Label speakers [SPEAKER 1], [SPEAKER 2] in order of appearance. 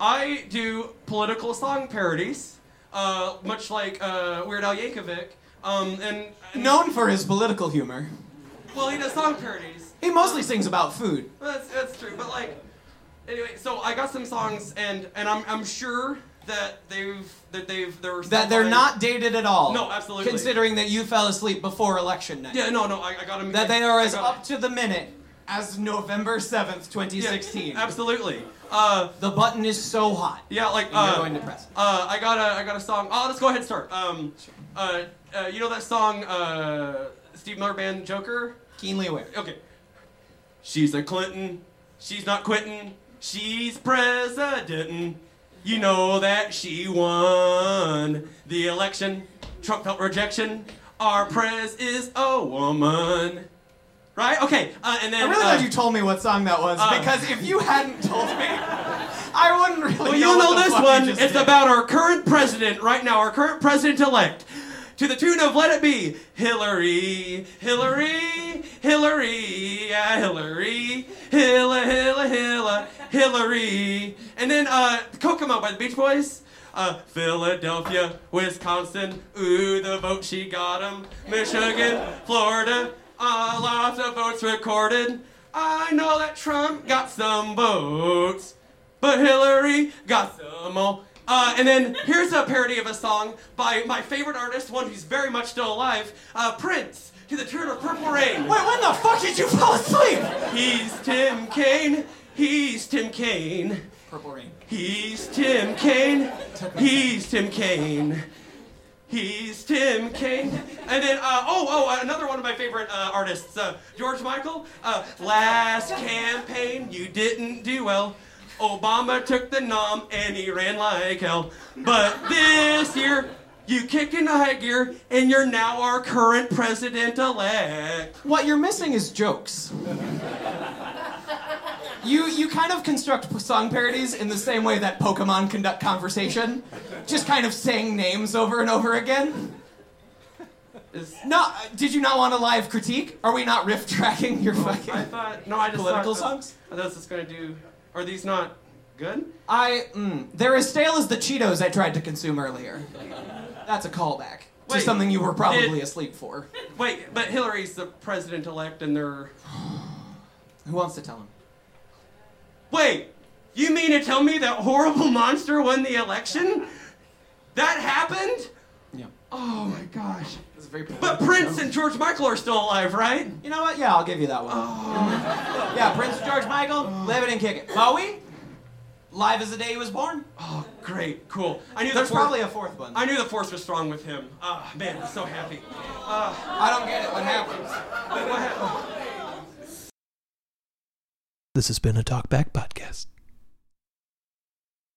[SPEAKER 1] I do political song parodies, uh, much like uh, Weird Al Yankovic. Um, and
[SPEAKER 2] Known for his political humor,
[SPEAKER 1] well, he does song parodies.
[SPEAKER 2] he mostly sings about food.
[SPEAKER 1] That's that's true. But like, anyway, so I got some songs, and and I'm I'm sure that they've that they've they're
[SPEAKER 2] That they're not dated at all.
[SPEAKER 1] No, absolutely.
[SPEAKER 2] Considering that you fell asleep before election night.
[SPEAKER 1] Yeah, no, no, I, I got them.
[SPEAKER 2] That they are as up to the minute as November 7th, 2016.
[SPEAKER 1] absolutely. Uh,
[SPEAKER 2] The button is so hot.
[SPEAKER 1] yeah, like
[SPEAKER 2] And
[SPEAKER 1] uh,
[SPEAKER 2] you're going to press it.
[SPEAKER 1] Uh, I got a I got a song. Oh, let's go ahead and start. Um, uh, uh, you know that song, uh, Steve Miller Band Joker.
[SPEAKER 2] Keenly aware.
[SPEAKER 1] Okay. She's a Clinton. She's not quitting. She's president. You know that she won the election. Trump felt rejection. Our prez is a woman. Right? Okay. Uh, and then.
[SPEAKER 2] I'm really
[SPEAKER 1] uh,
[SPEAKER 2] glad you told me what song that was
[SPEAKER 1] uh,
[SPEAKER 2] because if you hadn't told me, I wouldn't really.
[SPEAKER 1] Well,
[SPEAKER 2] know
[SPEAKER 1] you'll
[SPEAKER 2] what
[SPEAKER 1] know
[SPEAKER 2] the
[SPEAKER 1] this
[SPEAKER 2] fuck you
[SPEAKER 1] one.
[SPEAKER 2] just
[SPEAKER 1] It's
[SPEAKER 2] did.
[SPEAKER 1] about our current president right now, our current president elect. To the tune of Let It Be Hillary, Hillary, Hillary, yeah, Hillary, Hilla, Hilla, Hilla, Hillary. And then uh, Kokomo by the Beach Boys. Uh, Philadelphia, Wisconsin, ooh, the vote she got 'em. Michigan, Florida, uh, lots of votes recorded. I know that Trump got some votes. But Hillary got some more. Uh, and then here's a parody of a song by my favorite artist, one who's very much still alive, uh, Prince, to the tune of Purple Rain.
[SPEAKER 2] Wait, when the fuck did you fall asleep?
[SPEAKER 1] He's Tim Kaine. He's Tim Kaine.
[SPEAKER 2] Purple Rain.
[SPEAKER 1] He's Tim Kaine. He's Tim Kaine. He's Tim Kaine. And then, uh, oh, oh, another one of my favorite uh, artists, uh, George Michael. Uh, last campaign, you didn't do well. Obama took the nom and he ran like hell. But this year, you kick into high gear and you're now our current president elect.
[SPEAKER 2] What you're missing is jokes. You, you kind of construct p- song parodies in the same way that Pokemon conduct conversation, just kind of saying names over and over again.
[SPEAKER 1] Is,
[SPEAKER 2] No, uh, did you not want a live critique? Are we not riff tracking your fucking?
[SPEAKER 1] I thought, no, I just
[SPEAKER 2] Political
[SPEAKER 1] thought
[SPEAKER 2] songs?
[SPEAKER 1] That's, that's what's gonna do. Are these not good?
[SPEAKER 2] I mm, they're as stale as the Cheetos I tried to consume earlier. That's a callback to
[SPEAKER 1] Wait,
[SPEAKER 2] something you were probably
[SPEAKER 1] did-
[SPEAKER 2] asleep for.
[SPEAKER 1] Wait, but Hillary's the president elect, and they're.
[SPEAKER 2] Who wants to tell him?
[SPEAKER 1] Wait, you mean to tell me that horrible monster won the election? That happened?
[SPEAKER 2] Yeah,
[SPEAKER 1] Oh my gosh.
[SPEAKER 2] that's very.
[SPEAKER 1] But Prince and George Michael are still alive, right?
[SPEAKER 2] You know what? Yeah, I'll give you that one. yeah, Prince George Michael, live it and kick it. Bowie, live as the day he was born.
[SPEAKER 1] Oh, great, cool. I knew
[SPEAKER 2] There's
[SPEAKER 1] the force,
[SPEAKER 2] probably a fourth one.
[SPEAKER 1] I knew the force was strong with him. Ah, man, I'm so happy.
[SPEAKER 2] I don't get it. What happens?
[SPEAKER 1] Wait, what happened?
[SPEAKER 3] This has been a Talkback Podcast.